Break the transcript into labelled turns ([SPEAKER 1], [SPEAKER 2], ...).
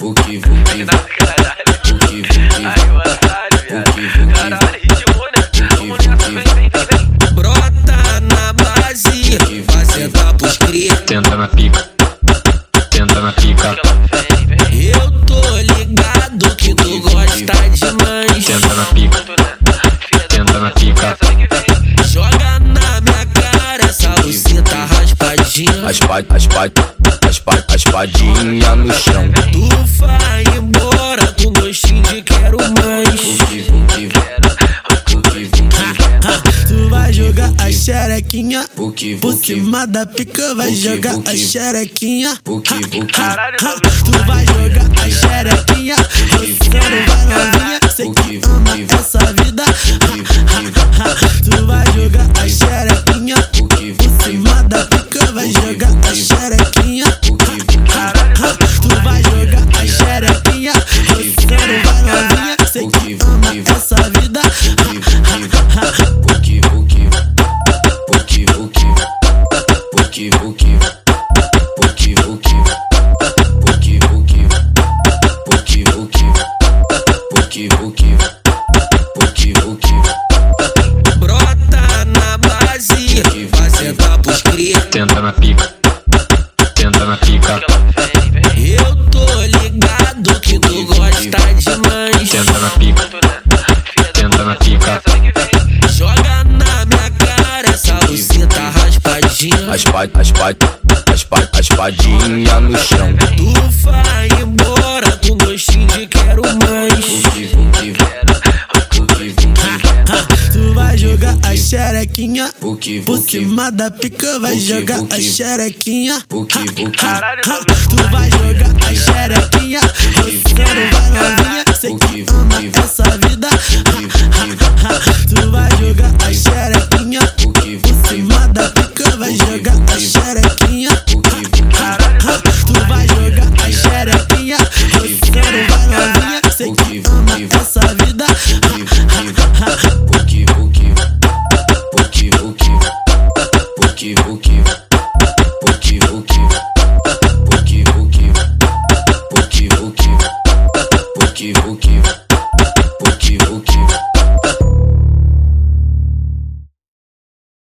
[SPEAKER 1] Vuki, vuki, vuki, vuki,
[SPEAKER 2] Caralho, ritmo, né? Vamos nessa, vem, vem, vem, vem.
[SPEAKER 3] Brota na base, um vai sentar pros cria.
[SPEAKER 4] Senta na pica. Senta na pica.
[SPEAKER 2] Ela vem, vem.
[SPEAKER 3] Eu tô ligado que tu gosta demais.
[SPEAKER 4] Senta na pica. Senta na pica.
[SPEAKER 3] Joga na minha cara essa lucita raspadinha.
[SPEAKER 1] as pa, as pa, as pa, as padinha no chão.
[SPEAKER 3] Tu vai embora com gostinho de quero mais.
[SPEAKER 1] Vuki, vuki, vuki, vuki,
[SPEAKER 3] Ah, Tu vai jogar a xerequinha
[SPEAKER 1] vuki,
[SPEAKER 3] por
[SPEAKER 1] vuki,
[SPEAKER 3] cima da pica, vai
[SPEAKER 1] Vuki,
[SPEAKER 3] jogar a
[SPEAKER 1] vuki.
[SPEAKER 3] xerequinha.
[SPEAKER 1] Vuki, vuki.
[SPEAKER 2] Caralho,
[SPEAKER 3] Tu vai jogar a xerequinha, você não vai novinha, sei
[SPEAKER 1] Vuki,
[SPEAKER 3] que ama
[SPEAKER 1] vuki.
[SPEAKER 3] essa vida.
[SPEAKER 1] Vuki, vuki.
[SPEAKER 3] Tu vai jogar a xerequinha
[SPEAKER 1] Vuki,
[SPEAKER 3] por
[SPEAKER 1] vuki,
[SPEAKER 3] cima da pica, vai
[SPEAKER 1] Vuki,
[SPEAKER 3] jogar a
[SPEAKER 1] vuki.
[SPEAKER 3] xerequinha.
[SPEAKER 1] vuki, vuki.
[SPEAKER 3] Tu vai jogar a xerequinha, você não vai novinha, sei que
[SPEAKER 1] Vuki,
[SPEAKER 3] ama
[SPEAKER 1] vuki.
[SPEAKER 3] essa vida.
[SPEAKER 1] Vuki, vuki, vuki, vuki, vuki, vuki, vuki, vuki, vuki, vuki, vuki, vuki, vuki, vuki, vuki, vuki.
[SPEAKER 3] Brota na base, vai sentar pros cria.
[SPEAKER 4] Senta na pica. Senta na pica.
[SPEAKER 3] Eu tô ligado que tu gosta demais.
[SPEAKER 4] Senta na pica. Senta na pica.
[SPEAKER 3] Joga na minha cara essa lucita raspadinha.
[SPEAKER 1] As pa, as pa, as pa, as padinha no chão.
[SPEAKER 3] Tu vai embora com gostinho de quero mais. Ah,
[SPEAKER 1] Vuki, vuki, vuki, vuki,
[SPEAKER 3] Tu vai jogar a xerequinha.
[SPEAKER 1] vuki,
[SPEAKER 3] Por
[SPEAKER 1] vuki,
[SPEAKER 3] cima da pica vai
[SPEAKER 1] Vuki,
[SPEAKER 3] jogar a
[SPEAKER 1] vuki.
[SPEAKER 3] xerequinha. Ah,
[SPEAKER 1] vuki, vuki.
[SPEAKER 2] Caralho,
[SPEAKER 3] Tu vai jogar a xerequinha. Você não vai novinha, sei que ama essa vida. Ah, Tu vai jogar a xerequinha. Por cima da pica vai jogar a xerequinha.